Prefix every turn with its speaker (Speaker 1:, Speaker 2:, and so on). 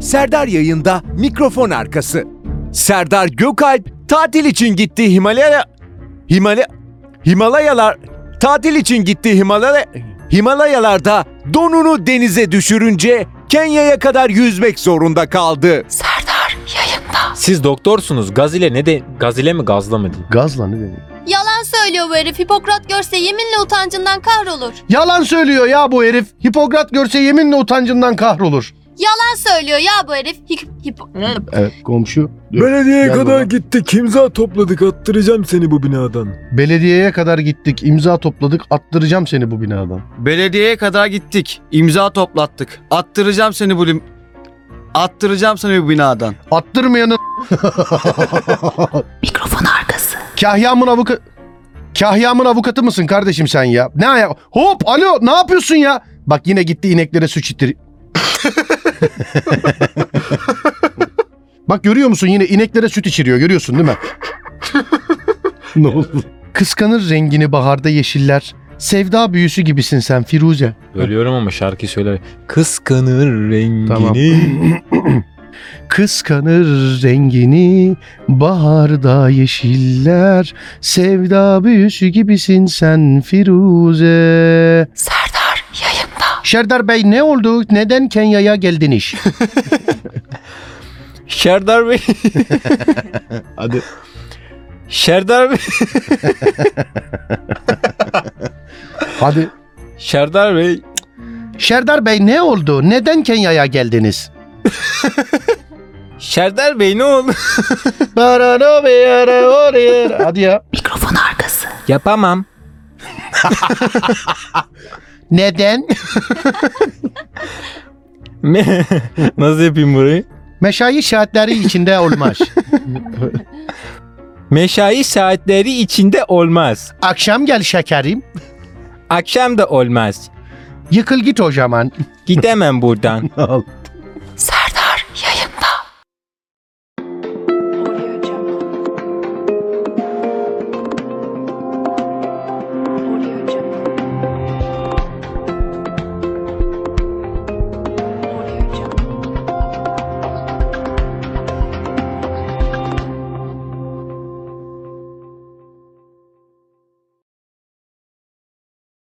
Speaker 1: Serdar yayında mikrofon arkası. Serdar Gökalp tatil için gitti Himalaya Himale Himalayalar tatil için gitti Himalaya Himalayalarda donunu denize düşürünce Kenya'ya kadar yüzmek zorunda kaldı.
Speaker 2: Serdar yayında.
Speaker 3: Siz doktorsunuz. Gaz ile ne de gaz ile mi gazla mı diyeyim?
Speaker 4: Gazla ne demek?
Speaker 5: Yalan söylüyor bu herif. Hipokrat görse yeminle utancından kahrolur.
Speaker 4: Yalan söylüyor ya bu herif. Hipokrat görse yeminle utancından kahrolur.
Speaker 5: Yalan söylüyor ya bu herif. Hip- hip-
Speaker 4: Evet komşu.
Speaker 6: Belediyeye
Speaker 4: Gel
Speaker 6: kadar
Speaker 4: baba.
Speaker 6: gittik imza topladık attıracağım seni bu binadan.
Speaker 4: Belediyeye kadar gittik imza topladık attıracağım seni bu binadan.
Speaker 7: Belediyeye kadar gittik. İmza toplattık. Attıracağım seni bu lim- Attıracağım seni bu binadan.
Speaker 4: Attırmayanın
Speaker 2: Mikrofon arkası.
Speaker 4: Kahyamın avukatı... Kahyamın avukatı mısın kardeşim sen ya? Ne ayak... Hop alo ne yapıyorsun ya? Bak yine gitti ineklere süt itir... Bak görüyor musun yine ineklere süt içiriyor görüyorsun değil mi? ne oldu? Kıskanır rengini baharda yeşiller. Sevda büyüsü gibisin sen Firuze.
Speaker 3: Ölüyorum ama şarkı söyle. Kıskanır rengini.
Speaker 4: Kıskanır rengini baharda yeşiller. Sevda büyüsü gibisin sen Firuze.
Speaker 2: Serdar yayında.
Speaker 4: Şerdar Bey ne oldu? Neden Kenya'ya geldiniz?
Speaker 3: Şerdar Bey.
Speaker 4: Hadi.
Speaker 3: Şerdar Bey.
Speaker 4: Hadi.
Speaker 3: Şerdar Bey.
Speaker 4: Şerdar Bey ne oldu? Neden Kenya'ya geldiniz?
Speaker 3: Şerdar Bey ne oldu?
Speaker 4: Hadi ya.
Speaker 2: Mikrofon arkası.
Speaker 3: Yapamam.
Speaker 4: Neden?
Speaker 3: Nasıl yapayım burayı?
Speaker 4: Meşai saatleri içinde olmaz.
Speaker 3: Meşai saatleri içinde olmaz.
Speaker 4: Akşam gel şekerim.
Speaker 3: Akşam da olmaz.
Speaker 4: Yıkıl git o zaman.
Speaker 3: Gidemem buradan.